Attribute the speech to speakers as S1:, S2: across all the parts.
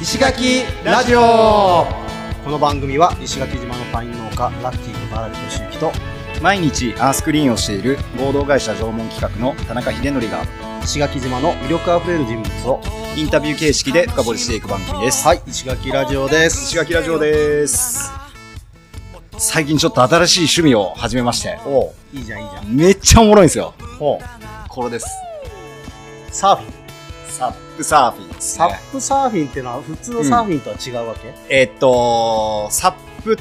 S1: 石垣ラジオ
S2: この番組は石垣島のパイン農家ラッキーこと荒木俊之と
S3: 毎日アースクリーンをしている合同会社縄文企画の田中秀則が
S2: 石垣島の魅力あふれる人物を
S3: インタビュー形式で深掘りしていく番組です。
S2: はい石垣ラジオです
S3: 石垣ラジオです。最近ちょっと新しい趣味を始めまして、
S2: おういいじゃんいいじゃん
S3: めっちゃおもろいんですよ。
S2: おう
S3: これです。
S2: サーフィン
S3: サップサーフィンです
S2: サ
S3: ね。
S2: ップサーフィンってのは普通のサーフィンとは違うわけ、
S3: えーっと、サップ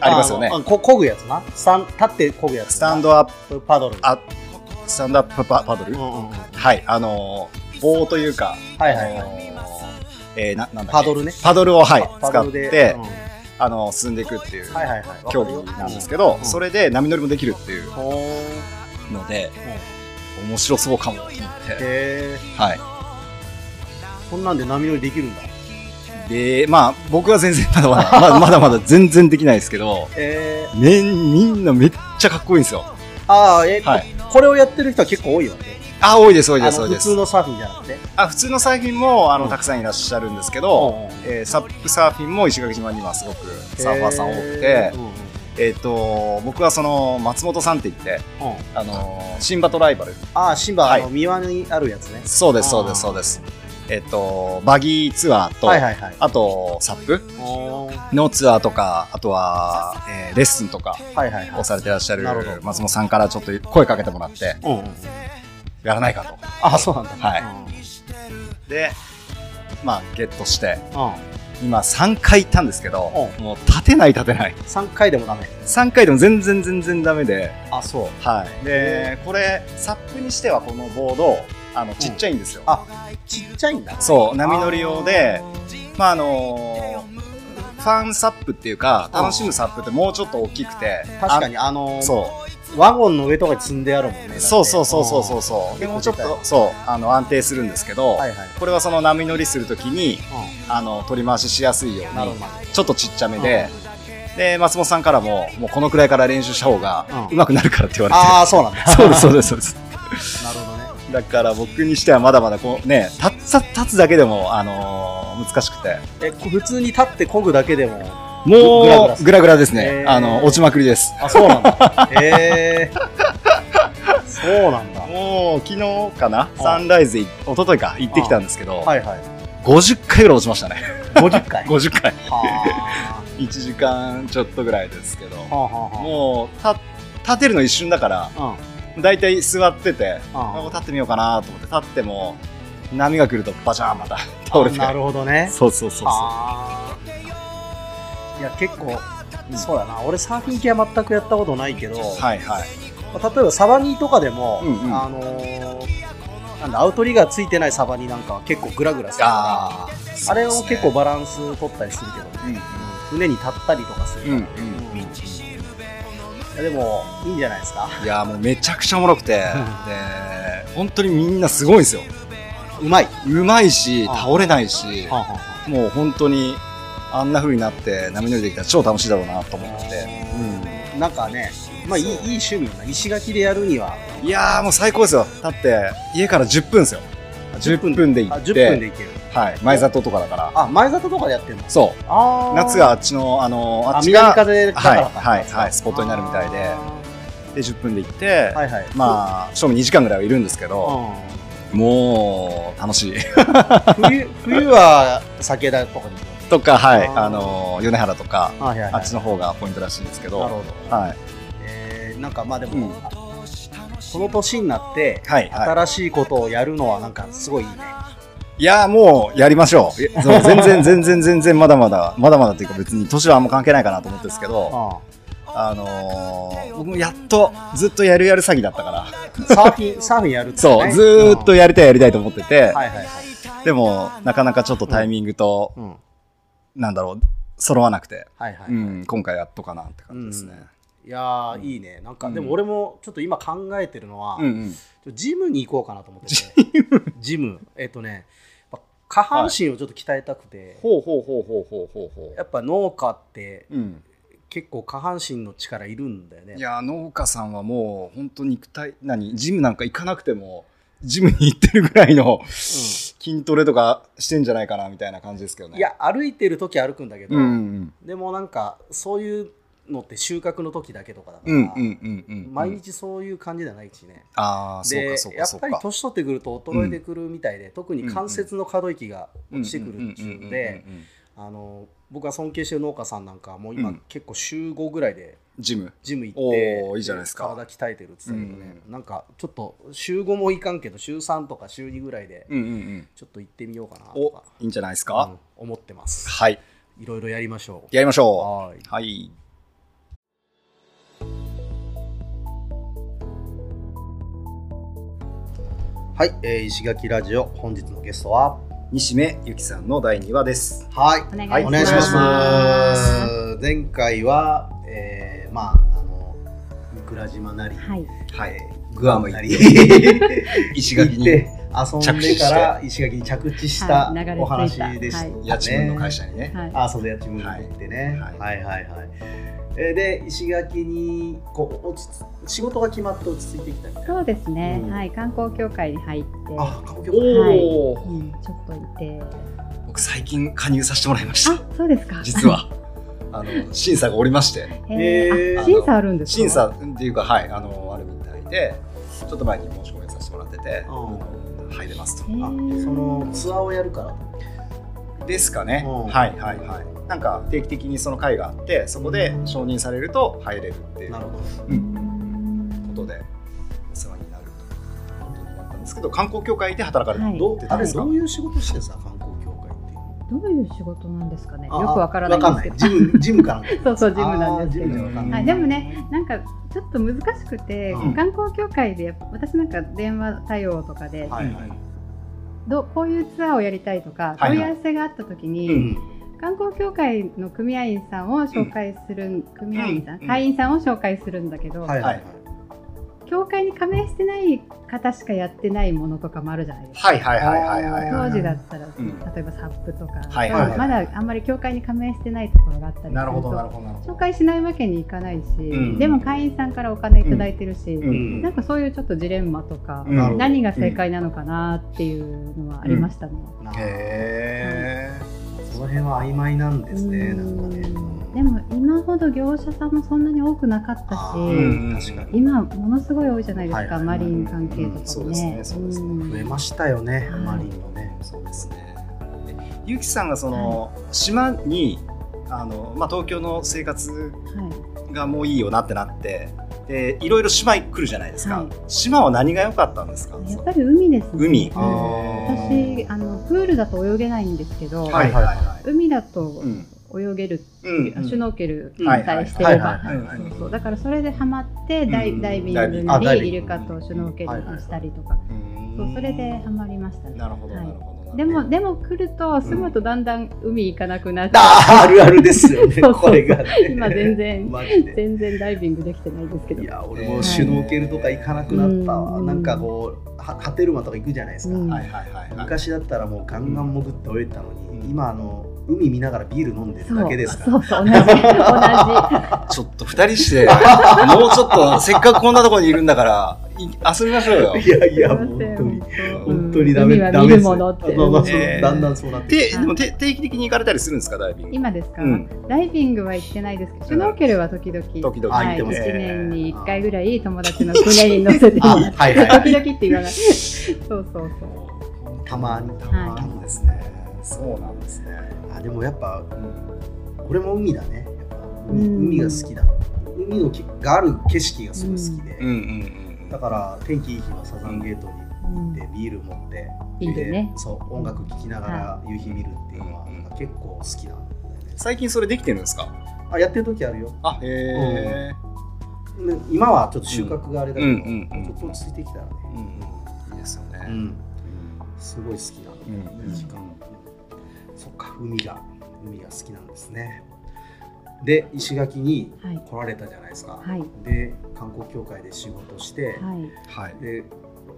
S3: ありますよね
S2: あ。のあこ漕ぐやつなスタン立って漕ぐやつな
S3: スタンドアップ、
S2: これパドル
S3: あスタンドアップパパドル、
S2: うんうんうん
S3: はい、あのー棒というか、
S2: はいはい
S3: あ
S2: はい
S3: のーえーななんだっけ
S2: パドルね
S3: パドルを、はい、
S2: パ
S3: 使
S2: ド
S3: っ
S2: ルで
S3: て、
S2: うん
S3: あのー進んでいくっていう
S2: はいはいはい
S3: 競技なんですけ
S2: ど
S3: ど、
S2: うん
S3: それで波乗りもできるっていう
S2: おー
S3: ので、面白そうかもと思って、
S2: へ
S3: はい。
S2: ーこんなんで波乗りできるんだ
S3: で、まあ、僕は全然まだまだ、まだまだまだ全然できないですけど、
S2: えー、
S3: めんみんなめっちゃかっこいいんですよ。
S2: ああえ、
S3: はい
S2: これをやってる人は結構多いよね
S3: あ、多いです、多い
S2: あ
S3: です、
S2: の
S3: 多い
S2: 普
S3: です
S2: 通。のサーフィンじゃなくて
S3: あ普通のサーフィンもあの、
S2: うん
S3: たくさんいらっしゃるんですけど、
S2: うんうん
S3: えーサップサーフィンも石垣島にはすごくサーファーさん多くて
S2: へー、うんうん
S3: えっと僕はその松本さんって言って、
S2: うん
S3: あのーシンバとライバル
S2: ああシンバ、
S3: はい
S2: あの三輪にあるやつね
S3: そうですそうで
S2: あー
S3: すそうです、えっとバギーツアーと、
S2: はいはいはい
S3: あとサップ
S2: おー
S3: のツアーとかあとは、えーレッスンとか
S2: はいはいはい
S3: をされてらっしゃる
S2: なるほど
S3: 松本さんからちょっと声かけてもらって
S2: うんうんうん
S3: やらないかと
S2: ああそうなんだ
S3: はい
S2: うん
S3: でまあゲットして
S2: う
S3: 今3回行ったんですけど、
S2: う
S3: もう立てない立てない
S2: ん、3回でもダメ
S3: 3回でも全然全然ダメで、
S2: あそう
S3: はい、でこれサップにしてはこのボードあのちっちゃいんですよ、
S2: あちっちゃいんだ
S3: そう波乗り用でまああのーファンサップっていうか楽しむサップってもうちょっと大きくて
S2: 確かにあ
S3: あ
S2: の
S3: ん
S2: ー
S3: そう
S2: ワゴンの上とかに積んであるもんねだって
S3: そうそうそうそうそうそうで
S2: 結構
S3: もうちょっ
S2: でかい
S3: とそうあの安定するんですけど、
S2: うんはいはい、
S3: これはその波乗りするときに
S2: う
S3: あの取り回ししやすいよ
S2: ん、
S3: う
S2: なるほ
S3: に
S2: ど
S3: ちょっとちっちゃめで、で松本さんからももうこのくらいから練習した方が
S2: うん
S3: 上手くなるからって言われて、
S2: ああ そうなんだ
S3: そうですそうですそうです
S2: なるほどね
S3: だから僕にしてはまだまだこうね立つ立つだけでも、あのー難しくて
S2: えこ普通に立って漕ぐだけでも
S3: もう
S2: ぐ
S3: グ
S2: ら
S3: ラ
S2: ぐ
S3: グ
S2: ら
S3: ラ
S2: する
S3: ですね、
S2: へー
S3: あの落ちまくりです
S2: あそうなんだ へえそうなんだ
S3: もう昨日かなサンライズい一昨日か行ってきたんですけど、
S2: はいはい
S3: 50回ぐらい落ちました ね
S2: 50回は
S3: 50回
S2: あ
S3: 1時間ちょっとぐらいですけど
S2: はあは
S3: もうた立てるの一瞬だから
S2: あは
S3: だいたい座ってて
S2: あ
S3: あ
S2: うんうん
S3: 立ってみようかなと思って立っても波が来るとバチャーンまた倒れて
S2: あなるほどね
S3: そうそうそうそ
S2: ああいや結構そうだな俺サーフィン系は全くやったことないけど、
S3: うはいはい
S2: まあ例えばサバニーとかでも、
S3: うんうん
S2: あのーなんだアウトリガーついてないサバニーなんかは結構グラグラするから
S3: あーそうですね
S2: あれを結構バランス取ったりするけど、ね
S3: うん
S2: 船に立ったりとかするから、ね
S3: うんうん
S2: うんいやでもいいんじゃないですか
S3: いやーもうめちゃくちゃおもろくてで本当にみんなすごいんですよ
S2: うまい、
S3: うまいし
S2: あ
S3: 倒れないしもう本当にあんな風になって波乗りできたら超楽しいだろうなと思って、
S2: なんかね、まあ、いいいい
S3: そう
S2: 趣味だな石垣でやるには
S3: うん、いやーもう最高ですよだって家から10分ですよ10分で行
S2: あ
S3: っ
S2: 10
S3: て
S2: 分でいける
S3: はい、前里とかだから
S2: あ前里とかでやってるの
S3: そ
S2: あ
S3: う
S2: ー
S3: 夏があっちのあのあ
S2: あ
S3: っちが
S2: 南風だからか
S3: はいはいはいスポットになるみたいで
S2: あ
S3: で10分で行って、
S2: ーはいはいあ
S3: まあ正味2時間ぐらいはいるんですけど、もう楽しい
S2: 冬冬は酒だとかに行く
S3: とかはい
S2: あー
S3: あの米原とか
S2: のはいはい
S3: あ
S2: はい
S3: っちの方がポイントらしいんですけ
S2: なる
S3: ど、
S2: ほど
S3: はい、
S2: えーなんかまあでも、
S3: うん
S2: この年になって、
S3: はいはい
S2: 新しいことをやるのはなんかすごいいいね。
S3: いやーもうやりましょうい やそう全然全然全然まだまだまだまだっていうか別に年はあんま関係ないかなと思ってるんですけど
S2: あ
S3: あのー僕もやっとずっとやるやる詐欺だったから
S2: あサーフィン、 サーフィンやるってね
S3: そうずーっと
S2: うん
S3: やりたいやりたいと思ってて
S2: はいはいはい。
S3: でもなかなかちょっとタイミングと
S2: うん。
S3: なんだろう揃わなくて
S2: はいはい。
S3: うん今回やっとかなって感じですね
S2: いやー、いいね。なんか、
S3: うん
S2: でも俺もちょっと今考えてるのは、
S3: うんうん
S2: ちょジムに行こうかなと思ってて。ジムえっとね、やっぱ下半身をちょっと鍛えたくて、
S3: ほうほうほうほうほうほうほ
S2: やっぱ農家って
S3: ううん
S2: 結構下半身の力いるんだよね。
S3: いやー農家さんはもう本当肉体何ジムなんか行かなくてもジムに行ってるぐらいの
S2: うん
S3: 筋トレとかしてんじゃないかなみたいな感じですけどね。
S2: いや歩いてる時は歩くんだけど、
S3: うんうん
S2: でもなんかそういうのって収穫の時だけとかだか
S3: う
S2: ら、
S3: んうんうんうんうん。
S2: 毎日そういう感じじゃないしね、
S3: ああそう
S2: で
S3: かそう
S2: や
S3: かそ
S2: っ
S3: う
S2: ぱ
S3: か。
S2: り年取ってくると衰えてくるみたいで、特に関節の可動域が落ちてくるっていう
S3: うんうん
S2: ので
S3: うんうんうんうん、
S2: あの僕が尊敬してる農家さんなんかはもう今、
S3: うん
S2: 結構週5ぐらいで
S3: ジム。
S2: ジム行って
S3: おーいいじゃないですか
S2: 体鍛えてるって言ってたけどね、
S3: う
S2: なんかちょっと週5もいかんけど週3とか週2ぐらいで
S3: うんうんうん。
S2: ちょっと行ってみようかなと
S3: お
S2: か、
S3: いいんじゃないです
S2: う
S3: か
S2: ん。思ってます
S3: はい。
S2: いろいろやりましょう
S3: やりましょ。
S2: はいう
S3: はい。
S2: はい、えー石垣ラジオ本日のゲストは
S3: 西目ゆきさんの第2話です。
S2: はい
S4: お願いします
S2: はいお願いします前回は、えー、まああの三倉島なり、
S4: はい。
S3: はい。
S2: グ
S3: アム行
S2: な
S3: っ
S2: り行
S3: 石
S2: って遊んでから石垣に着地した
S4: はい流れ着いた
S2: お話でした、ね
S4: は
S3: 家賃の会社にね。
S4: はい。
S2: あそうだ家賃分の行ってね、
S3: はい
S2: はい、はいはいえーで石垣にこう落ち着仕事が決まって落ち着いてきたみたいな
S4: そうですね。
S2: うん
S4: はい。観光協会に入って、
S2: あ過去
S3: お
S2: 曲
S3: おー、
S4: うん、ちょっといて。
S3: 僕最近加入させてもらいました。
S4: あ、そうですか。
S3: 実 は。あの審査がおりまして。
S4: え
S2: えー
S4: ー、あ審査あるんですか。
S3: 審。査っていうか、はい、あの、あるみたいで、ちょっと前に申し込みさせてもらってて、
S2: う
S3: あ
S2: ん
S3: の入れます
S4: え
S3: と。
S4: ー、
S2: そのツアーをやるから
S3: ですかね。
S2: うん
S3: はいはいはい。なんか定期的にその会があって、そこで承認されると入れるっていう
S2: なる
S3: こ
S2: ほど
S3: とで、お世話になることになったんですけど、観光協会で働かれ
S4: はい
S3: る
S2: どう
S3: ってた
S2: あ
S3: んで
S2: れ
S3: すか
S2: どういう仕事してさ観光協会って
S4: どういう仕事なんですかね。よ
S2: あ
S4: くわからないんですけど。
S2: わかんないジムジムから
S4: そうそう、 ジムなんですけ
S2: あージム
S4: ど。
S2: じゃわかんない
S4: はい、でもね、なんかちょっと難しくて、
S2: うん
S4: 観光協会で私なんか電話対応とかで、
S2: はいはい
S4: どうこういうツアーをやりたいとか、
S3: はいはい
S4: 問い合わせがあった時に、
S2: うん
S4: 観光協会の組合員さんを紹介する、組合員さん、
S3: うん
S4: 会員さんを紹介するんだけど、
S2: はいはいはい
S4: 協会に加盟してない方しかやってないものとかもあるじゃないですか。
S3: はいはいはいはいはいは
S4: 当
S3: い。
S4: 時だったら、
S3: ん
S4: 例えばサップとか、
S3: はいはいはい
S4: まだあんまり協会に加盟してないところがあったりする
S3: なるほどなる
S4: と
S3: ほどなるほど。
S4: 紹介しないわけにいかないし、
S3: ん
S4: でも会員さんからお金いただいてるし、
S3: うん
S4: なんかそういうちょっとジレンマとか、
S3: うんなるほど
S4: 何が正解なのかなっていうのはありましたね。
S2: な
S3: へえ。
S2: その辺は曖昧なんですねなんかね
S4: うんでも今ほど業者さんもそんなに多くなかったし、
S2: あ
S3: う
S2: ー
S3: ん
S2: 確かに
S4: 今ものすごい多いじゃないですか、
S2: はい
S4: マリン関係とかね、
S3: うんそうですねそうですね
S4: ん
S2: 増えましたよね
S4: はい
S2: マリンのね
S3: そうですね。でゆきさんがその島にあのまあ東京の生活
S4: はい
S3: がもういいよなってなってでいろいろ島に来るじゃないですか、
S4: はい
S3: 島は何が良かったんですか
S4: やっぱり海ですね
S3: 海
S4: う
S3: あ
S4: ん
S3: ー
S4: 私あのプールだと泳げないんですけど、
S3: はいはいはい
S4: 海だと
S3: うん
S4: 泳げる、
S3: うんうん
S4: あシュノーケル
S2: うん
S4: さえしてれば、
S3: はいはいはい
S4: そうそうだからそれでハマってダイ,、
S3: うん
S4: ダイビ
S3: ダイ
S4: ン
S3: ビ
S4: グ
S3: ン
S2: グあダ
S4: な
S2: イビン
S4: り
S2: グ
S4: イルカとシュノーケルをしたりとか、
S3: うん
S4: そうそれでハマりましたね
S3: なるほど
S4: は
S3: ないるほど、
S4: でもでも来ると住むとだんだん海行かなくなって、
S2: あーあるあるですよね
S4: そうそう
S2: これがね
S4: 今全 然
S2: マジで
S4: 全然ダイビングできてないですけど
S2: いや俺もシュノーケルとか行かなくなったわ、
S4: うん
S2: なんかこうはハテルマとか行くじゃないですか、
S4: うん
S3: はいはいはいはい
S2: 昔だったらもうガンガン潜って泳いでたのに、
S3: うん
S2: 今あの海見ながらビール飲んでるだけですから
S4: そうそうそ う同じ同じ
S3: ちょっと二人 してもうちょっとせっかくこんなところにいるんだからい遊びましょうよ
S2: いやいや
S4: すいま
S2: 本
S4: せん
S2: 当に
S4: 本当
S2: 本当にダメ、
S4: 海は
S2: ダメ
S4: 見
S2: で
S4: る
S2: す
S4: ものって
S2: あまあまあそう
S3: えー
S2: だんだんそうなって
S3: ででもて定期的に行かれたりするんですかダイビング
S4: 今ですか、
S3: うん
S4: ダイビングは行ってないですけどシュノーケルは時々
S3: 時々
S4: は
S2: 行っ
S4: い、
S2: て
S4: 1
S2: ますね
S4: 年に1回ぐらい友達の船に乗せて
S2: あ
S4: も
S2: は
S4: らっ
S2: い
S4: て
S2: はい
S4: 時
S2: は
S4: 々って言わないそうそうそう
S2: いたまにた
S4: はい
S2: まにですす
S3: ね
S2: ね、
S3: そうなんですね、
S2: あでもやっぱ
S3: うん
S2: 俺も海だねやっぱ海
S4: うん
S2: 海が好きだ海のきがある景色がすごい好きで、
S3: うんうんうん
S2: だから天気いい日はサザンゲートに
S4: うん
S2: でビール持って
S4: いいよね
S2: でそう音楽聴きながら夕日見るっていうのは
S3: うん
S2: なんか結構好きなんだよね
S3: 最近それできてるんですか
S2: あやってる時あるよ
S3: あへえ、
S2: で今はちょっと収穫があれだけど、
S3: うんうんうんうん
S2: ちょっと落ち着いてきたらね、
S3: いいですよ
S2: うん
S3: ね、
S2: すごい好きなんで、
S3: うん
S2: 時間そっか海が海が好きなんですねで石垣に
S4: はい
S2: 来られたじゃないですか、
S4: はい
S2: で観光協会で仕事して、
S4: はい
S3: はい
S2: で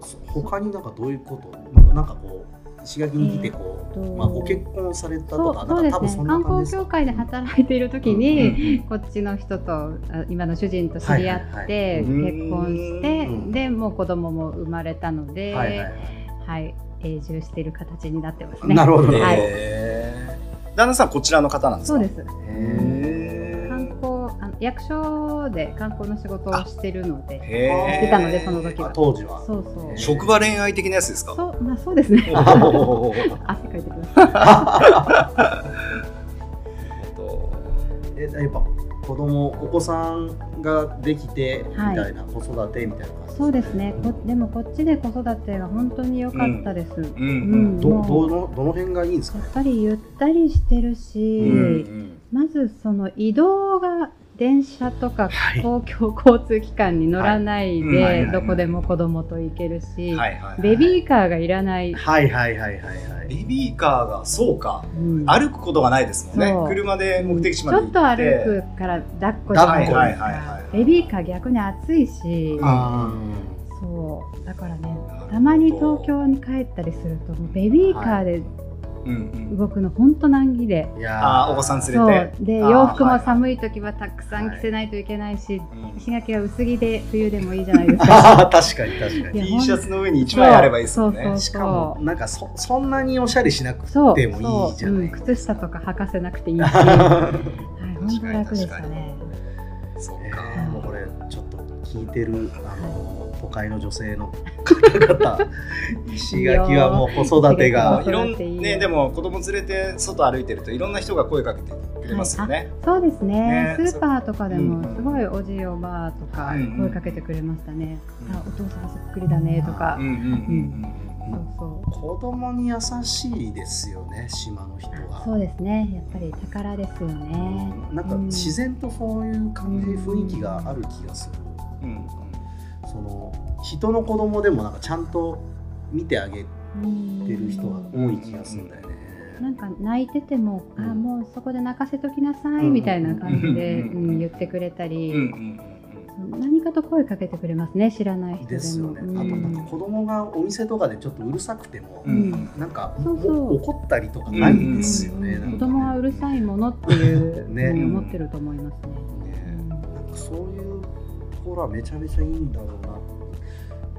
S2: そ他になんかどういうことなんかなんかこう石垣に来てこう、
S4: えーと
S2: まあ、ご結婚された
S4: そ
S2: と
S4: う
S2: か
S4: そ
S2: な
S4: うんで
S2: か多分
S4: す
S2: そ
S4: ね
S2: んな
S4: 観
S2: 感
S4: 光
S2: じです
S4: 協
S2: か
S4: 会で働いている時
S3: うんうん
S4: に、
S3: うん
S4: こっちの人とあ今の主人と知り合っ
S2: はい
S4: て
S3: はいはい
S4: 結婚して、
S2: うん
S4: でもう子供も生まれたので、
S2: はいはいはい
S4: はい、永住している形になってますね。
S2: なるほどね。
S4: はい
S3: へー旦那さんこちらの方なんです
S4: そう
S3: か
S4: です。
S3: へ
S4: 観光あの役所で観光の仕事をしてるの
S3: ー
S4: で、
S3: へー
S4: 出たのでその時
S2: あ
S4: は。
S2: 当時 は。
S4: そうそう。
S2: へ
S3: 職場恋愛的なやつですか
S4: そうまあそうですね。
S3: おー
S4: 汗かいてきました。
S2: えやっぱ子供お子さんができてみ
S4: はい
S2: たいな、子育てみたいな感じ
S4: そうですね。こでもこっちで子育てが本当に良かったです。う
S3: う
S4: ん
S3: ん
S4: うん
S2: ど
S4: もう
S2: どのどの辺がいいんですか
S4: や
S2: ね
S4: っぱりゆったりしてるし、
S3: うんうん
S4: まずその移動が電車とか
S2: はい
S4: 公共 交通機関に乗らない
S3: はいはい
S4: でどこでも子供と行けるし、
S3: はいはいはい
S4: ベビーカーがいらない、
S2: はいはいはいはいは
S3: ベ
S2: い。
S3: ビーカーがそうか
S4: うん
S3: 歩くことがないですもんね
S4: そう
S3: 車で目的地ま
S4: ち
S3: で
S4: ょ
S3: 行っ
S4: ってと歩くから抱っこじゃ
S3: は
S4: ない
S3: い
S4: か
S3: はいはいはい
S4: ベビーカー逆に暑いし
S2: あ
S4: そうだからね
S3: なるほど
S4: たまに東京に帰ったりするともうベビーカーで
S3: うんうん
S4: 動くの本当難儀で、
S2: ーいやー
S3: あーお子さん連れ
S4: そ
S3: て
S4: うで
S3: あー
S4: 洋服
S3: はい
S4: も
S3: はい
S4: 寒い時はたくさん着せないといけないし、
S3: うん
S4: 石垣は薄着で冬でもいいじゃないです
S2: あー
S4: か。
S2: 確かに確かに。
S4: いや
S3: T シャツの上に1枚あればいいですもんね
S4: そうそう
S2: しかもなんかそそんなにおしゃれしなく
S4: そう
S2: てもいいじゃ
S4: そう
S2: な
S4: う
S2: い
S4: ん、靴下とか履かせなくていい し、はい、本当楽でしたね。
S3: そっ
S2: え
S3: か
S2: ーもうこれちょっと聞いてるあの都会の女性の方々石垣はもう子育て
S4: いや
S2: が
S4: ー
S3: いろ
S4: 子育ていい
S3: ん
S4: よ
S3: ねでも子供連れて外歩いてるといろんな人が声かけてくれますよね。
S4: そうです
S3: ね
S4: ねスーパーとかで
S3: うん
S4: もすごいおじいおばあとか
S3: うん
S4: 声かけてくれましたね。
S3: うん
S4: あお父さんそっくりだねとか
S3: うん、うんうんうん。
S4: そう
S2: 子供に優しいですよね島の人
S4: そう
S2: は。
S4: そうですねやっぱり宝ですよね。
S2: なんか
S4: うん
S2: 自然とそういう感じ雰囲気がある気がする。
S3: うん
S2: その人の子供でもなんかちゃんと見てあげて
S4: うん
S2: る人が多い気がするんだよね。
S4: なんか泣いてても、
S2: うん
S4: あもうそこで泣かせときなさい
S2: うん
S4: みたいな感じで、
S3: う
S4: うんん言ってくれた
S3: うん
S4: り、
S3: うんうん
S4: 何かと声かけてくれますね知らない人でも。
S2: ですよね。
S4: うん
S2: あとなんか子供がお店とかでちょっとうるさくても、
S3: うんうん
S2: なんか
S4: そうそう
S2: もう怒ったりとかないんですよね。
S4: うん
S2: なんかね
S4: 子供はうるさいものってい う、
S2: ね
S4: うん思ってると思いますね。
S2: ねなんかそういうところはめちゃめちゃいいんだろうなっ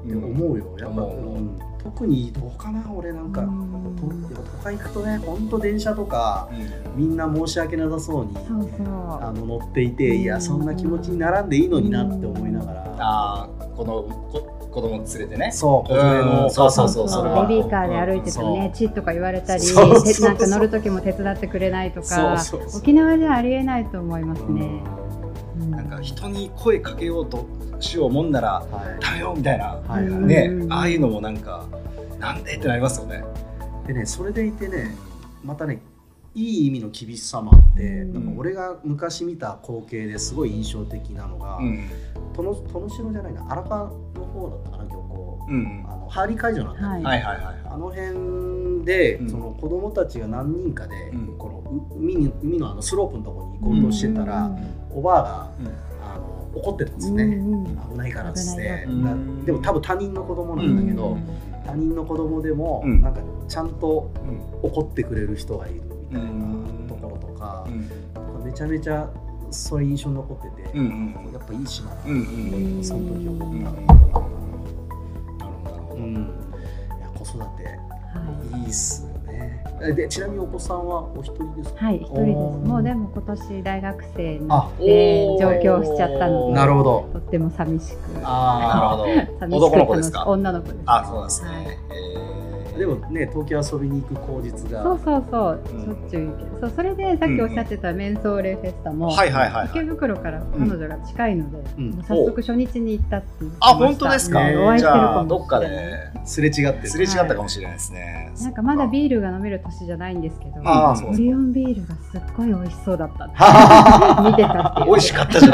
S2: て思うよ。やっぱ、
S3: 思う
S2: うん特にどうかな俺なんか、
S4: うん
S2: とやっぱ都会行くとね本当電車とか
S3: うん
S2: みんな申し訳なさそうに。
S4: そうそう。
S2: あの乗っていていやそんな気持ちに並んでいいのになって思いながら、
S3: ああこのこ子供連れてね。
S2: そう子
S3: うん
S2: 連れのお母さ
S4: そ
S2: ん
S4: う
S2: と
S4: そう
S2: か
S3: それ
S2: が
S3: は
S4: ベビーカーで歩いててもね、チッとか言われたり、
S2: そうそうそう
S4: てなんか乗る時も手伝ってくれないとか、
S2: そうそうそう
S4: 沖縄じゃありえないと思います
S2: うん
S4: ね。うん
S3: なんか人に声かけようとしようもんなら
S2: はい
S3: ダメよみたいな
S2: はいはい
S3: ね
S4: うん
S3: ああいうのもなんかなんでってなりますよね。
S2: でねそれでいてねまたねいい意味の厳しさもあって、
S4: うん
S2: なんか俺が昔見た光景ですごい印象的なのが、
S3: うん
S2: 殿殿城じゃないな荒川の方だったかな漁港、
S3: うん
S2: あのハーリー会場なんだ、
S4: はい
S3: はいはいはい
S2: あの辺で、
S3: うん
S2: その子供たちが何人かで、
S3: うん
S2: このう海に海のあのスロープのところに行こうとしてたら、
S4: うん
S2: おばあが
S3: うん
S2: あの怒ってたんです
S4: う
S2: ね、
S4: んうん
S2: 危ないからっつっ
S4: 危ない
S2: て、
S3: から
S2: なでも多分他人の子供なんだけど、
S4: うん
S2: 他人の子供でも、
S3: うん
S2: なんかちゃんと
S3: うん
S2: 怒ってくれる人がいるみたい
S3: うん
S2: なところとか
S3: う、ん
S2: めちゃめちゃそういう印象に残ってて、
S3: うんうん
S2: やっぱいい島だな
S3: うんうん
S4: うん
S2: その時思った、
S3: なるほどなるほ
S2: う
S3: ど
S2: んいや子育て
S4: はい
S2: いいっすよねえでちなみにお子さんはお一人ですか
S4: はい、一人です。
S2: おー
S4: もうでも今年大学生になっ
S3: あお
S4: て
S3: ー
S4: 上京しちゃったので、
S2: なるほど
S4: とっても寂しく、
S3: ああなる
S4: 寂
S3: ほ
S4: し
S3: ど男
S4: く
S3: の子ですか
S4: 楽し女の子です。
S3: あそうなんです
S4: はい
S3: ねえー
S2: でもね東京遊びに行く口実が
S4: そうそうそう、
S3: うん
S4: しょっちゅう行けそうそれでさっきおっしゃってたメンソーレフェスタも、
S3: はいはいはいは
S4: 池
S3: い
S4: 袋から彼女が近いので、
S2: うん
S4: もう早速初日に行ったって言ってました
S3: あ本当ですか
S4: うんお会い
S3: じ
S4: してる
S3: ゃ
S4: か
S3: あど
S4: も
S3: っ
S4: し
S3: か
S4: れない
S2: すれ違ってる
S3: ですれ違ったかもしれないですね
S4: なんかまだビールが飲める年じゃないんですけど、
S3: ああそう
S4: オ
S3: です
S4: リオンビールがすっごい美味しそうだったって 見てたっていう
S3: 美味しかったじ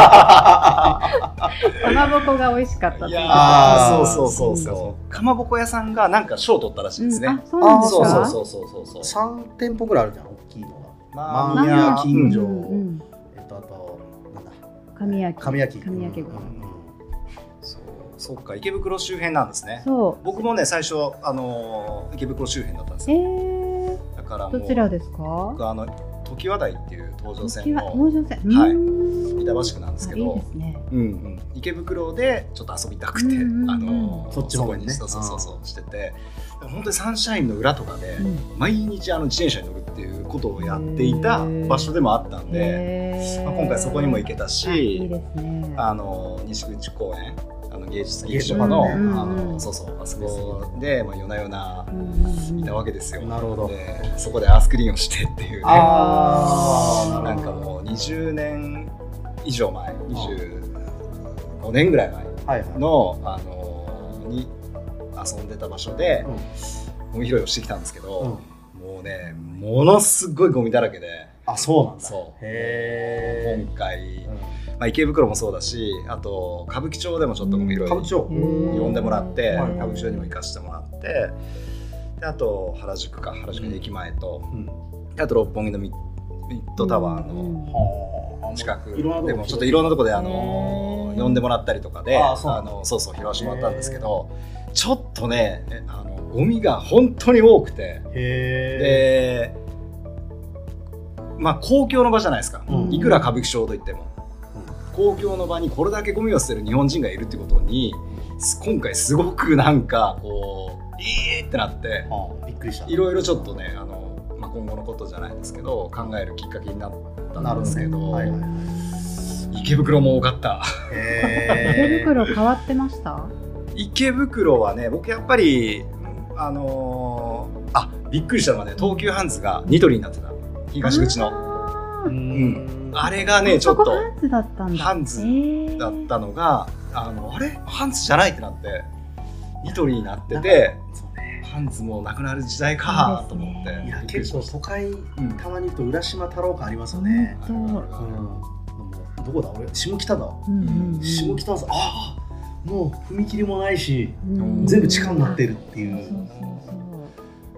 S3: ゃ
S4: かまぼこが美味しかったっ
S3: な
S4: て
S3: いい
S4: 言っ
S3: や
S4: て
S2: あ
S3: ー
S2: ー
S3: そうそうそうそうかまぼこ屋さんがなんか賞取ったらしいです
S4: うん
S3: ね
S4: あそうなんです
S3: そ
S4: か
S3: うそうそうそうそうそう
S2: 3店舗ぐらいあるじゃん大きいのが
S3: まあ
S2: マーミヤ
S4: マー
S2: 近所、
S4: うんうん
S2: えっとあとなんだ
S4: 神焼き
S2: 神焼き
S4: 神焼き
S2: うん
S3: そうそっか池袋周辺なんですね
S4: そう
S3: 僕もね最初あのー池袋周辺だったんです
S4: え
S3: よ
S4: ー、
S3: だからも
S4: ど
S3: う
S4: ちらですか
S3: 僕あの常盤台っていう東上線
S4: 時は
S3: の
S4: 農場線。
S3: はいう
S4: ーん
S3: 板橋区なんですけ
S4: あいいで
S3: ど
S4: すね。
S3: うんうん、池袋でちょっと遊びたくて、
S4: うんうんうん
S3: あの
S2: そっちの方
S3: こ
S2: に
S3: に
S2: ね
S3: そうそうそうそうしててでも本当にサンシャインの裏とかで、
S4: うん
S3: 毎日あの自転車に乗るっていうことをやっていた場所でもあったんで、
S4: へー
S3: まあ、今回そこにも行けた
S4: あいい
S3: し
S4: ですね。
S3: あの西口公園あの芸術劇場の,、
S4: うんうんうん
S3: あのそうそうあそこで、まあ、夜な夜な
S4: うんうんうん
S3: いたわけですよ、
S2: なるほど
S3: でそこでアースクリーンをしてっていうね
S2: あ
S4: ー
S3: なんかもう20年以上前25年ぐらい前
S2: はいはい
S3: の、あのーに遊んでた場所で、ゴミ拾いをしてきたんですけ
S2: うん
S3: ど、もうねものすごいゴミだらけで
S2: あそうなんだ
S3: そう
S2: へえ
S3: 今回、まあ、池袋もそうだしあと歌舞伎町でもちょっとゴミ拾い
S2: 歌舞伎町
S4: うん
S3: 呼んでもらって、
S2: はい
S3: 歌舞伎町にも行かせてもらってであと原宿か原宿の駅前と、
S2: うん
S3: であと六本木のミッミッドタワー
S4: うん
S3: の
S2: はあ
S3: 近く
S2: いろんなとこ
S3: でもちょっといろんなとこであの
S4: へー
S3: 呼んでもらったりとかで
S2: あ
S3: あ
S2: ーそうなんだ
S3: のそうそう拾わしてもらったんですけどちょっとねえあのゴミが本当に多くて
S2: へ
S3: で
S2: え
S3: まあ公共の場じゃないですか
S2: うん
S3: いくら歌舞伎町といっても
S2: う
S3: 公共の場にこれだけゴミを捨てる日本人がいるってことにす今回すごくなんかこうえーってなって
S2: はあびっくりした
S3: いろいろちょっとねあの、まあ、今後のことじゃないですけど考えるきっかけになった
S2: な
S3: で
S2: んるほど
S3: すけど。
S2: はいはい
S3: 池袋も多かった
S4: 池
S2: へー
S4: 袋変わってました。
S3: 池袋はね僕やっぱりうんあのーあびっくりしたのはね東急ハンズがニトリになってた東口の
S4: の
S2: う
S3: うん
S2: ん
S3: あれがねちょ
S4: そ
S3: っと
S4: こハンズだったんだ。
S3: ハンズだったのがあのあれハンズじゃないってなってニトリになってて
S2: そうね
S3: ハンズもなくなる時代かと思って
S2: いや
S3: びっくりし
S2: 結
S3: ま
S2: 構
S3: した
S2: 都会
S3: うん
S2: たまに行くと浦島太郎感ありますよね
S3: あるある
S2: う
S3: あ
S2: ん
S3: る
S2: でもどこだ俺下北だ
S4: うんうんうん。
S2: 下北さんああもう踏切もないし
S4: うん
S2: 全部地下になってるってい
S4: そう
S2: う
S4: そうそう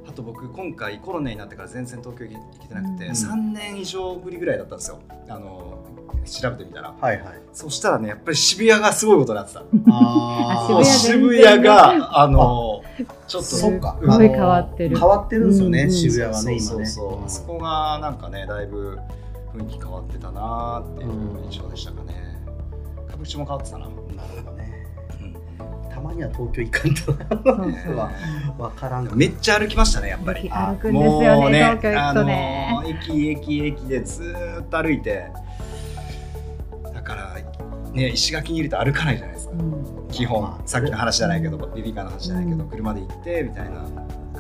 S3: あと僕今回コロナになってから全然東京行けてなくて、
S4: うん
S3: 3年以上ぶりぐらいだったんですよあの調べてみたら
S2: はいはい
S3: そしたらねやっぱり渋谷がすごいことになってた
S2: あ
S4: あ
S2: ー
S3: 渋谷
S4: 渋谷
S3: が、あの、ちょっと、
S2: そっか
S4: すごい変わってる
S2: 変わってるんですよね、
S4: うんうん
S2: 渋谷は
S3: そ
S2: ね
S3: う
S2: 今
S3: そう
S2: ね
S3: そう、あそこがなんかね、だいぶ雰囲気変わってたなーっていう印象でしたかね。歌舞伎町も変わってたな。
S2: うんなるほどねたまには東京行かんと
S4: そうそう
S2: はわからん
S3: うん
S2: か
S3: めっちゃ歩きましたね、やっぱり。
S4: 歩くんですよね東京行くとね
S3: あのー駅、駅、駅でずーっと歩いて、だから、ね、石垣にいると歩かないじゃないですか。
S4: うん
S3: 基
S2: ま
S3: 本
S2: あ
S3: さっきの話じゃないけどビビーカーの話じゃないけど
S4: うん
S3: 車で行ってみたいな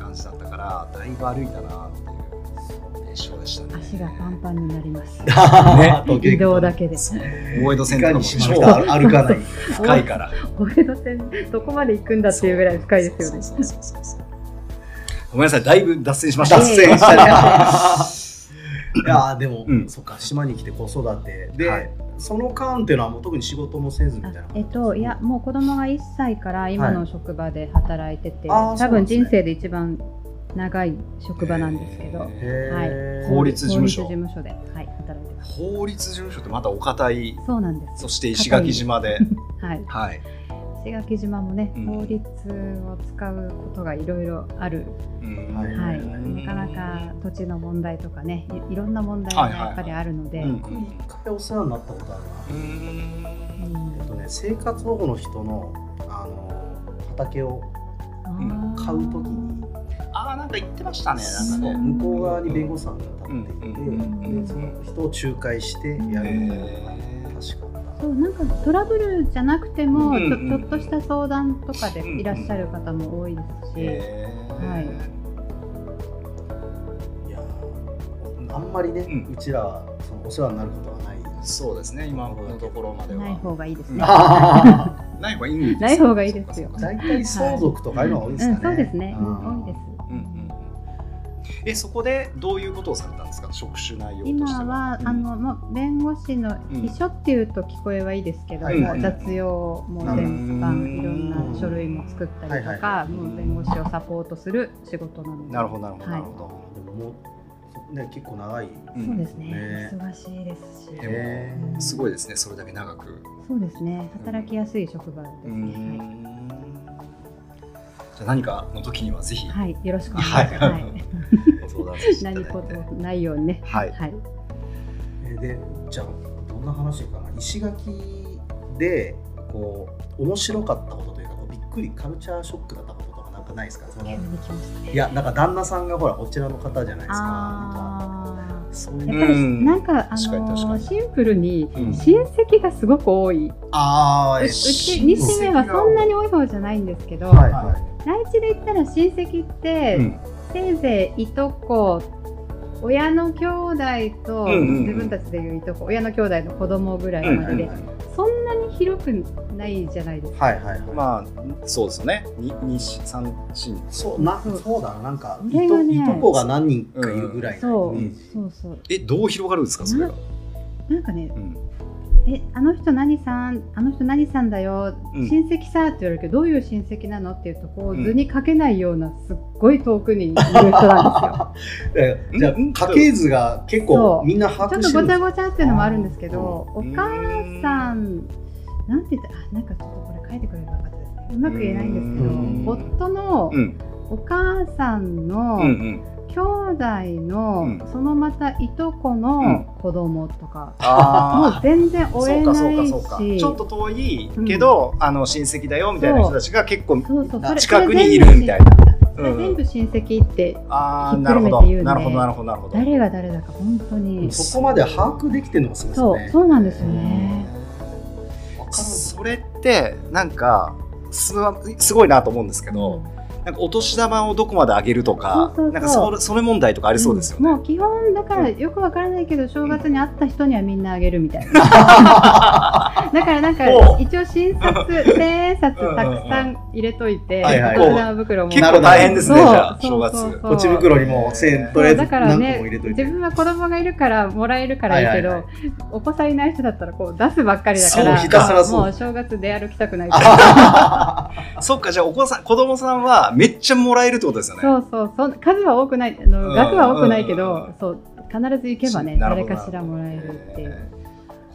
S3: 感じだったからだいぶ歩いたなっていう印象でしたね。
S4: 足がパンパンになります。
S2: ね 東京
S4: 移
S2: 行く
S4: 動
S2: と
S4: だけで。
S3: 大江戸線と
S2: いか
S3: かも
S2: にしまし
S3: 超
S2: た歩かない
S3: 深い から
S4: 大江戸線どこまで行くんだっていうぐらい深いですよね。
S3: そうそうそうそうごめんなさいだいぶ脱線しました。
S2: 脱線したねいやーでも、
S3: うん
S2: そっか島に来て子育てで、
S3: はい
S2: その間っていうのはもう特に仕事もせずみたいな
S4: あえっといやもう子供が1歳から今の職場で働いてて、
S2: あー
S4: 多
S2: そうなん
S4: 分
S2: ですね
S4: 人生で一番長い職場なんですけど、
S3: へ
S4: はい
S2: へー
S3: 法律事務所
S4: 法律事務所ではい働いてま
S3: ー
S4: す。
S3: 法律事務所ってまたお堅い
S4: そうなんです。
S3: そして石垣島で
S4: はい。
S3: はい、
S4: 石垣島もね、
S3: うん
S4: 法律を使うことがいろいろある、
S3: うん
S2: はい
S4: はい、
S2: うん
S4: なかなか土地の問題とかねいいろんな問題
S3: は
S4: が
S3: いはいはい
S4: やっぱりあるので、
S3: うん
S2: 一回お世話になったことあるな
S3: うん
S2: えっとね生活保護の人のあの畑を
S3: ん
S2: 買うときに
S3: ああなんか言ってましたねなんか
S2: そう
S3: ね
S2: 向こう側に弁護士さんが立っていて、
S3: うんうんうんうん
S2: でその人を仲介してやるみたいなのが確かあった
S4: そうなんかトラブルじゃなくても、
S3: うん
S4: ちょ
S3: うんうん
S4: ちょっとした相談とかでいらっしゃる方も多いですし、
S3: へー
S4: はい
S2: いやーあんまりね、
S3: う
S2: うんちらはそのお世話になることはない
S3: そうですね今のところまでは
S4: ない方がいいですね。
S2: あ
S3: ない方がいいんですよ
S4: ない方がいいですよ
S3: そっかそっか
S2: 大体相続とかいうのが多いですかね、
S4: うん、そうですね、うん多いです。
S3: うんうんえそこでどういうことをされたんですか職種内容として
S4: 今は、あのもう弁護士の
S3: うん
S4: 秘書っていうと聞こえはいいですけど、
S2: はい
S4: もう雑用も全
S3: うん
S4: 般いろんな書類も作ったりと
S2: はい
S4: か、
S2: はい
S4: もう弁護士をサポートする仕事なので
S3: なるほどなるほど、
S4: はい
S3: なるほど
S2: でももうそね結構長い
S3: うん
S4: そうですね
S2: ね
S4: 忙しいですし、
S3: でも
S2: へ
S4: ー
S3: すごいですねそれだけ長く
S4: そうですね働きやすい職場です
S3: う
S4: ね。はい
S3: んじゃあ何かの時にはぜひ、
S4: はい、よろしくお願いします。
S3: は
S4: はいい、
S3: そうざわざしていただい
S4: 何
S3: て
S4: 事もないようにね。
S3: はい
S4: はい。
S2: えーでじゃあどんな話かな石垣でこう面白かったことというかこうびっくりカルチャーショックだったこととかなんかないですかその
S4: 急に来ましたね。
S2: いやなんか旦那さんがほらこちらの方じゃないですかなんか
S4: あ
S2: そう
S4: ー
S2: い
S4: やっぱ
S2: う
S4: りなんかあ
S3: 確かに確か
S4: の
S3: に
S4: シンプルに
S3: うん
S4: 親戚がすごく多い。
S2: ああ
S4: うち2世目はそんなに多い方じゃないんですけど、
S2: はい
S3: は
S2: はいい
S4: 内地で言ったら親戚って、
S3: うん
S4: せいぜいいとこ親の兄弟と
S3: うんうんうん
S4: 自分たちでいういとこ親の兄弟の子供ぐらいまでで、そんなに広くないじゃないですか。
S2: はいはいはいまあ
S3: まあそうですよねににし三親
S2: そうな
S4: そう
S2: そうだななんかい
S4: それ
S2: と
S4: がね
S2: いとこが何人かいるぐらい
S4: そ
S2: の
S4: う
S2: イメージ
S4: そうそう
S3: えどう広がるんですかそれが、
S4: なんかね
S3: うん
S4: 「えあの人何さんあの人何さんだよ、
S3: うん
S4: 親戚さ」って言われるけどどういう親戚なのっていうとこう
S3: うん
S4: 図に書けないようなすっごい遠くにいる人なんですよ。
S2: えじゃあ
S3: うん
S2: 家系図が結構
S4: そう
S2: みんな把握
S4: ちょ
S2: し
S4: ってと
S2: るん
S4: ご
S2: で
S4: ち
S2: す
S4: ゃ
S2: か
S4: ごちゃっていうのもあるんですけど、
S3: うん
S4: お母さんなんて言ったあなんかちょっとこれ書いてくればよかったですねうまく言えないんですけど、
S3: うん
S4: 夫の
S3: うん
S4: お母さんの
S3: うんうん
S4: 兄弟の、
S3: うん
S4: そのまたいとこの子供とか、もう
S3: ああ
S4: 全然追
S3: そ
S4: え
S3: う
S4: な
S3: かそうか
S4: い
S3: そうか
S4: し
S3: ちょっと遠いけど、あの親戚だよみたいな人たちが結構
S4: そうそうそれ
S3: 近くにいるみたいな
S4: それ全部親戚って
S3: ああ
S4: ひっ
S3: な
S4: く
S3: るほ
S4: るめ
S3: ど
S4: て言うんで
S3: なるほどなるほどなるほど
S4: 誰が誰だか本当に、
S2: そこまで把握できてるのがすごいです
S4: そ
S2: ね
S4: うそうなんですよね、
S2: わかる
S3: それってなんかすわすごいなと思うんですけ
S4: う
S3: ど
S4: ん、
S3: なんかお年玉をどこまで上げるとか
S4: そうそうそう
S3: なんかそれそれ問題とかありそうですよね、
S4: んもう基本だからよくわからないけど正月に会った人にはみんなあげるみ たいな、だからなんか
S3: おう
S4: 一応新札千円札たくさん入れといて
S2: はいはい
S4: お玉袋も
S3: 結構大変ですねじ
S4: なるほど
S3: ゃあ
S4: そ
S3: 正月
S4: うそうそうそう
S2: ポチ袋にも1000とりあえず
S4: だから
S2: 何個も入
S4: ね
S2: れとい
S4: 自
S2: て
S4: 分は子供がいるからもらえるからいいけど、
S2: はいは
S4: お子さんいない人だったらこう出すばっかりだから
S2: そうひたすらそう
S4: もう正月で歩きたくないから
S3: そっかじゃあお子さん子供さんはめっちゃもらえるってことですよね
S4: そうそうそん数は多くないあの、
S3: うん
S4: 額は多くないけ
S3: うんうんう
S4: ど
S3: ん、
S4: そう必ず行けばね
S3: なるほ
S4: 誰
S3: ど
S4: かしらもらえるっていう。
S3: えー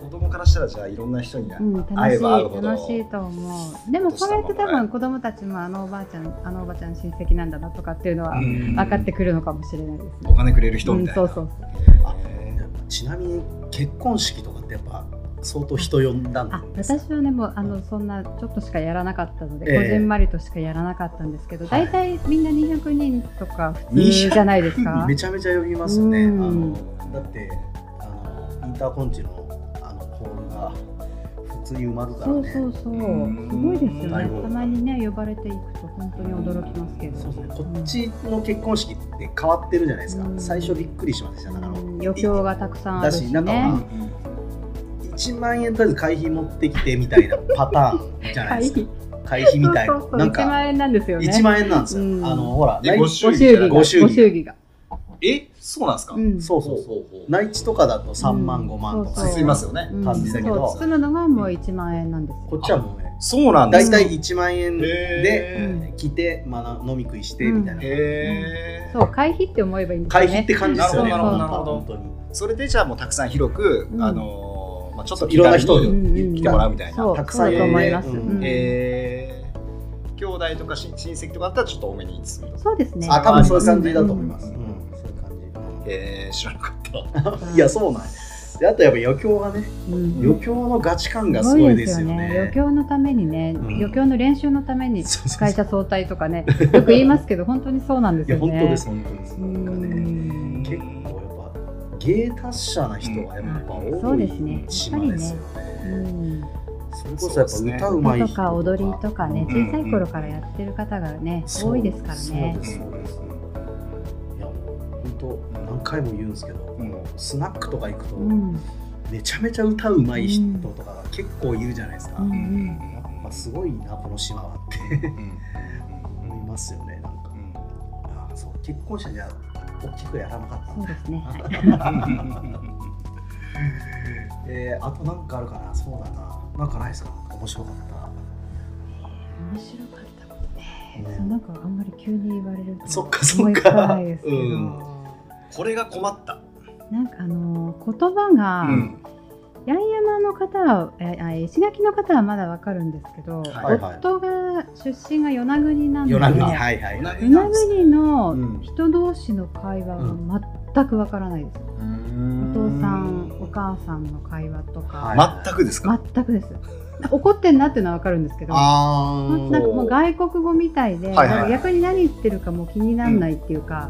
S3: 子供からしたらじゃあいろんな人にな
S4: うん、楽
S3: 会え
S4: しい
S3: ば会うほど
S4: 楽しいと思うでもそうやって多分子供たちもあのおばあちゃんあのおばあちゃん親戚なんだなとかっていうのは
S3: うん
S4: 分かってくるのかもしれないです
S3: お
S4: ね、
S3: 金くれる
S4: う
S3: 人
S4: ん
S3: みたいな、
S4: そうそうそう
S3: え
S2: ちなみに結婚式とかってやっぱ相当人呼んだ
S4: あ
S2: んです
S4: 私はねもうあのそんなちょっとしかやらなかったので、
S2: ええ
S4: こじんまりとしかやらなかったんですけど、
S2: はい
S4: 大体みんな200人とか普通じゃないですか
S2: めちゃめちゃ呼びますよねあ
S4: うん
S2: のだってあのインターコンチのあのホールが普通に埋まるから
S4: そう
S2: ね
S4: そうそう、
S3: うん
S4: すごいですよ
S2: だい
S4: ね
S2: ぶ
S4: たまにね呼ばれていくと本当に驚きますけど
S2: そうですねこっちの結婚式って変わってるじゃないですか
S4: うん
S2: 最初びっくりしましたなんかあの
S4: うん余興がたくさんあるし
S2: だしなんか
S4: ね
S2: ま1万円とりあえず会費持ってきてみたいなパターンじゃないですか会費みたいな
S4: そうそうそう
S2: なん
S4: 1
S2: か
S4: 万円なんですよね
S2: 1万円なんですよ
S4: うん
S2: あのほら
S3: え
S2: 来
S3: ご
S4: ご
S3: 祝儀
S4: 祝儀が
S2: ご
S4: ご
S2: 祝儀
S4: 祝儀が、
S3: えそうなんですか、
S4: うん、
S2: そうそうそう
S3: ほほう
S2: 内地とかだと3万
S4: うん
S2: 5万とか
S4: そう
S3: 進みますよね、
S4: うん
S2: 感じだけど
S4: そう包むのがもう1万円なんですよ
S2: こっちはもうね
S3: そうなんで
S2: 大
S3: すか
S2: 体1万円で
S3: へー
S2: 来て、まあ、飲み食いしてみたいな、
S3: へー
S4: そう会費って思えばいいんですよ
S2: 会
S4: ね
S2: 費って感じですよね
S4: なるほどなる
S3: ほど
S2: 本当に
S3: それでじゃあもうたくさん広く、
S4: うん
S3: あのーまあ、ちょっ
S2: そ
S3: と
S2: ういろんな人
S3: 気軽に
S4: うん
S3: 来てもらうみたいな、
S4: そう
S2: たくさん
S4: そうだと思います、
S2: うん
S4: うん
S3: えー、兄弟とかし親戚とかだったらちょっと多めに包むと
S4: そうですね
S2: あ多分そういう感じだと思います、
S3: う
S2: うんんそういう感じ、
S3: えー、知らなかった
S2: いやそうなんやであとやっぱ余興がね
S4: うん
S2: 余興のガチ感がすごいですよね
S4: 余興のためにね、
S2: ん
S4: 余興の練習のために
S2: そうそうそう
S4: 会社総体とかねよく言いますけど本当にそうなんで
S2: い
S4: すよ
S2: や本
S4: ね
S2: 当です本当です
S4: う
S2: なんかね
S4: ん
S2: 結構やっぱ芸達者な人はやっぱ
S4: うんそ
S2: 多
S4: う
S2: い
S4: ですね
S2: 島ですよ
S4: う
S2: ね
S4: ん
S2: それこそやっぱ歌うまい
S4: 歌
S2: 人
S4: とか踊りとかね
S3: うん
S4: 小さい頃からやってる方がね
S2: そう
S4: 多いですからね
S2: そうですそうですいやもう本当何回も言うんですけど、
S3: ん
S2: もうスナックとか行くと、
S4: うん
S2: めちゃめちゃ歌うまい人とかが結構いるじゃないですか、
S4: うん
S2: まあ、すごいなこの島はって 思いますよねなんか、ああそう結婚者じゃ大きくやらなかった
S4: そうですねはい
S2: えーあとなんかあるかなそうだななんかないですか面白かった
S4: 面白かったことね
S2: ね
S4: そうなんかあんまり急に言われると
S2: そっか
S4: 思
S2: そっ
S4: いつか
S2: か
S4: ないですけど
S2: うん
S3: これが困った、
S4: なんかあの言葉が
S3: うん
S4: 八重山の方はえあ石垣の方はまだわかるんですけど、
S2: はいはい
S4: 夫が出身が与那国なんで
S2: 与那
S4: 与那
S2: 国
S4: 国
S2: はいはいはい
S3: 与那
S4: の
S2: うん
S4: 人同士の会話は全くわからないです、お父さんお母さんの会話と
S2: は
S4: か、
S2: い
S3: 全くですか
S4: 全くです怒ってんなっていうのはわかるんですけど
S2: あー
S4: なんかもう外国語みたいで、
S3: はいはい
S4: なんか逆に何言ってるかもう気にならないっていう
S2: は
S4: か、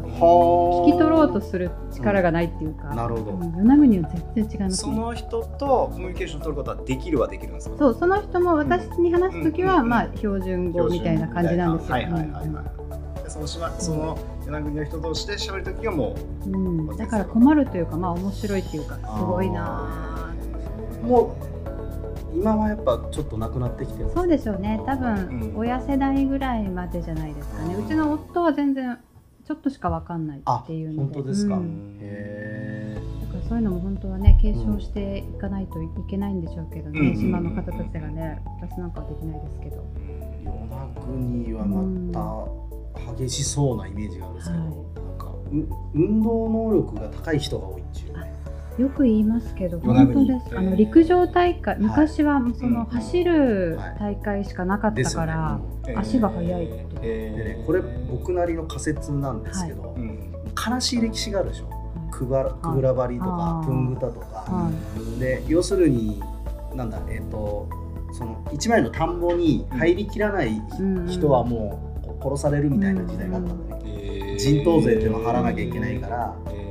S4: 聞き取ろうと
S2: す
S4: する力がないっていうか、
S2: なるほ
S4: う
S2: ど
S4: ん、与那国は全然違います
S3: そ
S4: ね。
S3: の人とコミュニケーション取ることはできるはできるんですか
S4: そうその人も私に話すときは、
S3: うん
S4: まあ標準語みたいな感じなんですよ。
S3: はいはいはい
S4: うん
S3: はいでその島その与那国の人同士で喋るときはもう
S4: うん、だから困るというかまあ面白いっていうかすごいな
S2: もう今はやっぱちょっとなくなってきてる
S4: あそうでしょうね多
S3: うん
S4: 分親世代ぐらいまでじゃないですかね、うちの夫は全然ちょっとしかわかんない
S2: あ
S4: っていうの
S2: 本
S4: で
S2: 当ですか、
S4: うん
S2: へ
S4: だからそういうのも本当はね継承していかないといけないんでしょうけどね、
S3: うん
S4: 島の方たちがね私なんかはできないですけど
S2: え与那国はまた激しそうなイメージがあるんですけど、
S4: はい
S2: なんかう運動能力が高い人が多いっていうね
S4: よく言いますけど
S3: 与那
S4: 本当
S3: 国
S4: です、あ
S3: えー
S4: の陸上大会昔はそ
S3: うん
S4: の走る
S2: はい
S4: 大会しかなかっ
S2: で
S4: た
S2: す
S4: か
S2: よね
S4: ら、
S3: えー
S4: 足が速いって
S3: え
S2: で
S3: ー
S2: ねこれ僕なりの仮説なんですけど、
S3: うん
S2: 悲しい歴史があるでしょ
S4: はい
S2: くばらくぐらばりとか
S4: あー
S2: プングタとか
S4: は
S2: で要するになんだえっ、とその一枚の田んぼに入りきらない
S4: うん
S2: 人はもう殺されるみたいな時代があったんだよね、人頭税っていうのを払わなきゃいけないから、
S3: えー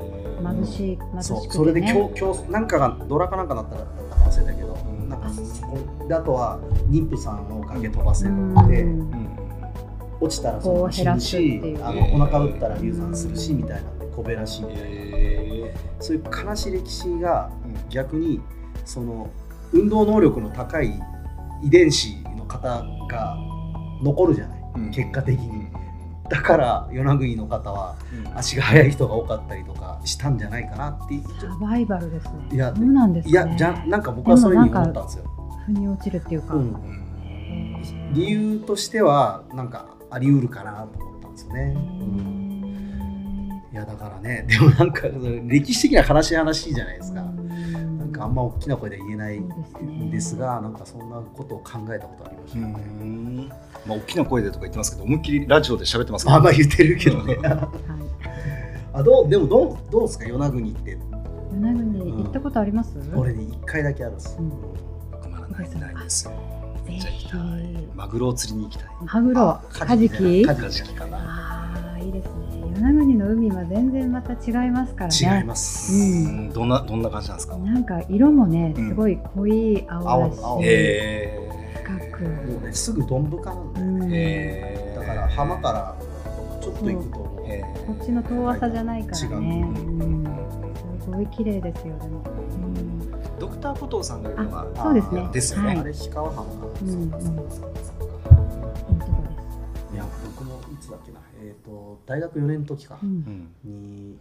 S4: 貧しい貧しくて、
S2: そ
S4: ね、
S2: うそれで競競なんかがドラかなんかなったらなんか忘れたけど、
S3: うん
S2: なんかそこであとは妊婦さんを崖飛ばせる
S4: うん
S2: で、
S3: うん
S2: 落ちたらその死ぬし
S4: こう減らすっていう
S2: あのお腹打ったら流産するしみたいなんで小べらしいみたいな、
S3: え
S2: そういう悲しい歴史が
S3: ーうん
S2: 逆にその運動能力の高い遺伝子の方が残るじゃない、
S3: うん
S2: 結果的に
S3: う
S2: だから与那国の方は
S3: ん
S2: 足が速い人が多かったりとかしたんじゃないかなっていう
S4: サバイバルですね
S2: いや
S4: そうなんですね
S2: いやじゃなんか僕はそういうふうに思ったんですよ、
S4: 腑に落ちるっていうか、
S2: うん、
S4: へー
S2: 理由としてはなんかあり得るかなと思ったんですよね、うんいやだからねでもなんかその歴史的な悲しい話じゃないですか、なんかあんま大きな声では言えないんですが、なんかそんなことを考えたことありましたね、
S3: うんまあ大きな声でとか言ってますけど思いっきりラジオで喋ってます
S2: まあまあ
S3: り
S2: 言ってるけどね、
S4: はい、
S2: あどうでもどうどうですか与那国って
S4: 与那国行ったことあります、
S2: 俺ね一回だけあるんです、
S4: うん
S3: 僕まだないないですよ
S4: ぜ
S3: めっちゃ行き
S4: ひ
S3: たいマグロを釣りに行きたい
S4: ハグロカジキ
S2: カジキかな
S4: ああいいですね与那国の海は全然また違いますからね
S2: 違います、
S4: うん
S3: うんどんなどんな感じなんですか
S4: なんか色もね
S3: うん
S4: すごい濃い青だし、
S2: 青青
S3: え
S4: 深
S2: もう
S4: く、
S2: ねすぐどんぶかなんだよね、
S4: うん
S3: え
S2: だから浜からちょっと行くともう
S4: こっちの遠浅じゃないからね、
S2: 違
S4: うんすごい綺麗ですよでも、うん
S3: ドクターコトーさんがいるのが
S4: あそうですね
S2: あー
S3: ですよね
S2: あれ氷川浜かな、
S4: うん
S2: そうかそうかそうかそうか
S4: いいとこです、
S2: いや僕もいつだっけなえっ、と大学4年の時か、
S4: うん
S3: うん
S2: に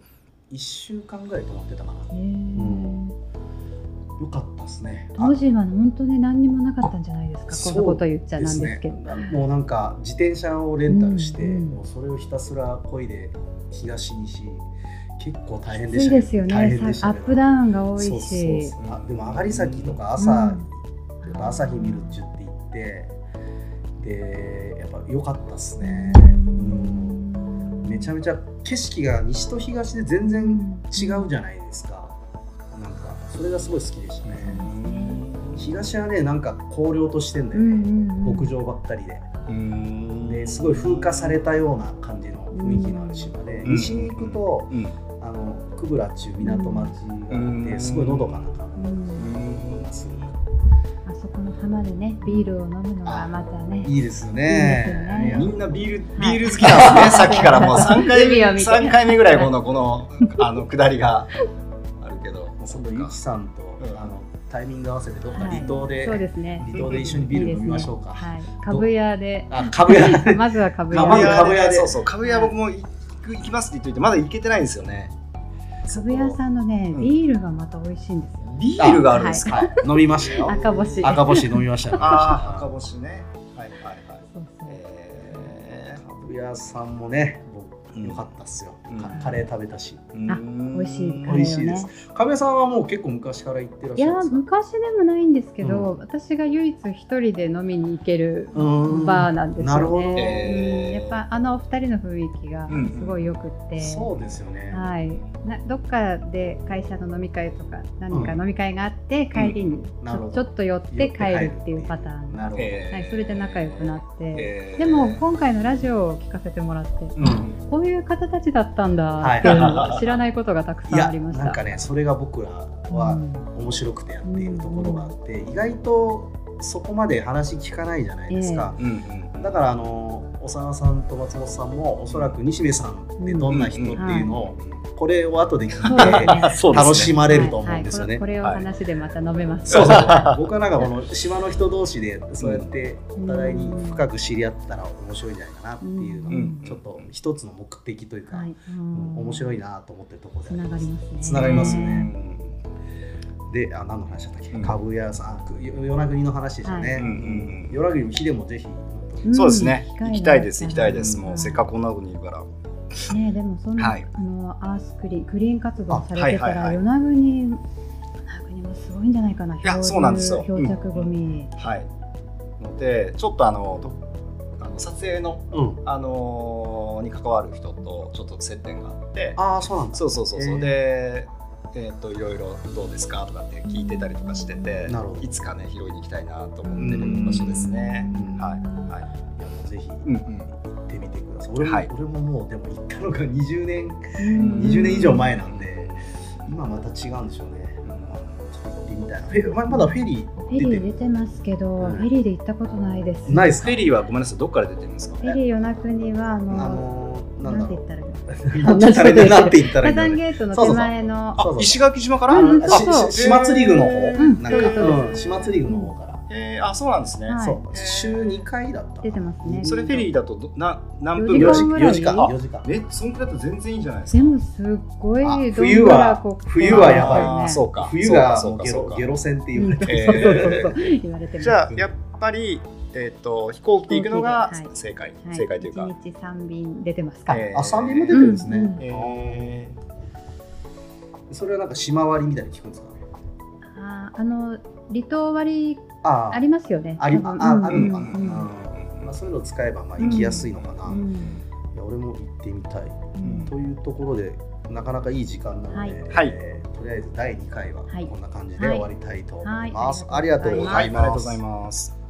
S2: 1週間ぐらい泊まってたかな
S4: へー
S2: んよかったっすね
S4: 当時は本当に何にもなかったんじゃないですか
S2: そう
S4: こんなこと言っちゃなんですけど
S2: ね、もうなんか自転車をレンタルして、
S4: うんうん
S2: もうそれをひたすら漕いで東西結構大変で
S4: つ
S2: し
S4: い
S2: た
S4: ですよ
S2: 大
S4: ね
S2: 変でした
S4: さアップダウンが多い
S2: そうそう
S4: し
S2: そうあでも上がり先とか朝、
S4: うん
S2: やっぱ朝日見るっちゅって行ってでやっぱ良かったっすね、うんめちゃめちゃ景色が西と東で全然違うじゃないですかなんかそれがすごい好きでしたね東はねなんか荒涼としてんだ
S4: う
S2: よね、
S4: んうんうん
S2: 牧場ばっかりで
S3: うん
S2: ですごい風化されたような感じの雰囲気のある島で、
S3: うん
S2: 西に行くと
S3: うん
S2: あの久倉中港町があっ
S3: う
S2: て
S3: ん
S2: すごいのどかな
S4: う
S2: 感
S4: ん
S2: じがする
S4: あそこの浜でねビールを飲むのがまたね
S2: いいですよ
S4: いいです
S2: ね
S4: よね
S3: みんなビールビ
S4: はい
S3: ール好きなんですね、さっきからもう3回
S4: 海を見
S3: 目
S4: て
S3: 三回目ぐらいこのこのあの下りがあるけど、そっ
S2: 今度ゆきさんと、
S3: うん
S2: あのタイミング合わせてどっか
S4: はい
S2: 離島で、
S4: そうですね
S2: 離島で一緒にビール飲みましょうか。
S4: はい株屋で
S2: あ、株屋
S4: まずは株屋
S2: まず
S4: で
S2: 株屋で
S3: そうそう株屋僕も行く行きますって言っといてまだ行けてないんですよね。
S4: 株屋さんのね
S3: うん
S4: ビールがまた美味しいんですよ
S3: ビールがあるんですか。
S2: はい飲みましたよ。
S4: 赤星
S2: 赤星飲みましたよ。
S3: ああ赤星ね。はいはいはい。
S4: そうそう
S3: え
S2: 株屋さんもね、
S3: うん
S2: 良かったっすよ、
S3: うん
S2: かカレー食べたし
S4: あ美
S3: 美
S4: 味しいカレーをね
S2: 美味しいです亀井さんはもう結構昔から行ってらっ
S4: い
S2: しゃる
S4: や
S2: んですか
S4: 昔でもないんですけど、私が唯一一人で飲みに行ける
S2: うーん
S4: バーなんですよね。
S2: なるほど
S4: うん
S3: えー
S4: やっぱあのお二人の雰囲気がすごいよくって、
S2: そうですよね、
S4: はい、などっかで会社の飲み会とか何か
S2: うん
S4: 飲み会があって帰りにち
S2: なるほ
S4: ょ
S2: ど
S4: ちょっと寄って帰るっていうパターン、
S2: なるほど、
S4: はい、それで仲良くなって、
S3: て
S4: でも今回のラジオを聞かせてもらって、
S2: うん
S4: こういう方たちだったんだって、
S2: は
S4: 知らないことがたく
S2: い
S4: さん
S2: や
S4: ありまし
S2: なん
S4: た
S2: か。ねそれが僕ら
S4: う
S2: は
S4: ん
S2: 面白くてやっているところがあって、意外とそこまで話聞かないじゃないですか、
S3: うんうんうん
S2: だからあの小沢さんと松本さんもおそらく西銘さんってどんな人っていうのを、これを後で聞
S4: そうです
S2: いて
S4: ね
S3: あそうですね
S2: 楽しまれると思うんですよ
S4: はい
S2: ね
S4: はいこ。れこれを話でまた飲めます。
S2: そうそう僕はなんかこの島の人同士でそうやってお互いに深く知り合ったら面白いんじゃないかなっていうの
S3: う
S2: が
S3: ん
S2: ちょっと一つの目的というか、
S4: はい、う
S2: うん
S4: ん
S2: 面白いなと思ってるところで
S4: つながりますね。
S2: つながりますね
S3: うん
S2: であ何の話だったっけ、
S3: うん
S2: 株屋さんあくよ与那国の話でしたね、
S3: うんうんうん
S2: 与那国も秀でもぜひ
S4: うん
S3: そうですね。行きたいです、行きたいです。
S4: うん
S3: もうせっかくこんなとこにいるから。
S4: く。ね、でも、そんな、
S3: はい
S4: あの、アースクリーン、クリーン活動されてた
S3: あは
S4: ら、
S3: いはいはい
S4: 与那国。与那国もすごいんじゃないかな。
S3: や
S4: 漂流
S3: そうなんですよ
S4: 漂着ゴミ。
S3: はい。ので、ちょっとあの、とあの撮影の、
S2: うん
S3: あのーに関わる人とちょっと接点があって、
S2: ああそうなんだ
S3: そうそうそうそう、
S2: えー
S3: で、えっ、といろいろどうですかとかって聞いてたりとかしてて、
S2: なるほど
S3: いつかね拾いに行きたいなと思ってる場所ですね。
S2: うん
S3: はいはい。
S2: いやもうぜひ行
S3: うんうん。
S2: ってみてください、俺も
S3: はい
S2: 俺ももうでも行ったのが20年
S4: うん
S2: 20年以上前なんで今また違うんでしょうね、うん、ちょっと行ってみたいなフェままだフェリー
S4: フェリー出てますけど、
S2: うん
S4: フェリーで行ったことないです。
S2: ないです
S3: フ
S2: か
S3: ェリーはごめんなさいどっから出てるんですか
S4: フェ
S3: ね。
S4: リー与那国は、あ
S2: あ
S4: の。
S2: のー、な
S4: なんん
S2: だ
S4: て
S2: ろ
S4: 言ったらいいの。
S2: うなんて言ったらいいんだなんて言ったらい
S4: 火
S2: いんだろ
S4: 山
S2: う
S4: ゲートの手前の。
S2: そう
S3: あ
S2: そう
S3: 石垣島か
S2: あ
S3: ら？
S4: うんうん
S2: あ
S4: そう
S2: しし島津リグの方
S4: ん
S2: なんか、
S4: そうですそう
S2: うん、島津リグの方から、
S3: えー、あそうなんですね。
S4: はい
S2: そう週2回だった
S4: 出てますね
S3: それフェリーだとどな何分
S4: 四
S3: ぐ
S4: 時
S3: ら
S2: 4
S3: い
S2: 時
S4: 間？ぐら
S3: あ
S2: 四時間
S4: い
S2: 四時間
S3: えそんくらいだと全然いいじゃないです
S4: で
S3: か。
S4: もすっごい
S3: あ
S2: 冬は
S4: どんぶらこっこ
S2: 冬はやばい
S3: あーそうか。
S2: 冬が
S3: そうか
S2: ゲ
S3: そう
S2: ロ
S3: か
S2: ゲ
S3: そうか。
S2: ロ戦って言われて、
S4: うんそうそうそうそう
S3: え
S4: 言われてます
S3: じゃあやっぱりえっ、と飛行機で行くのが
S4: 飛行機ではい
S3: 正解、
S4: は
S3: 正解というか。
S4: 一日三便出てますか、
S3: えー
S2: あ三輪も出てるんですね、
S4: うん
S3: え
S2: それはなんか島割りみたいに聞くんですかね
S4: あーあの離島割
S2: あ
S4: ありますよね
S2: あり
S4: 多分
S2: あ
S4: うん
S2: あるのかな、
S4: うん
S2: うんまあ、そういうのを使えばまあ行きやすいのかな、
S4: う
S2: い
S4: ん
S2: や俺も行ってみたい、
S4: うん
S2: というところでなかなかいい時間なので、
S3: はい
S2: えーとりあえず第2回ははいこんな感じで終わりたいと思います、
S4: はい
S2: ありがとうござい
S3: はいありがとう
S2: ま
S3: ご
S2: す
S3: ざいます。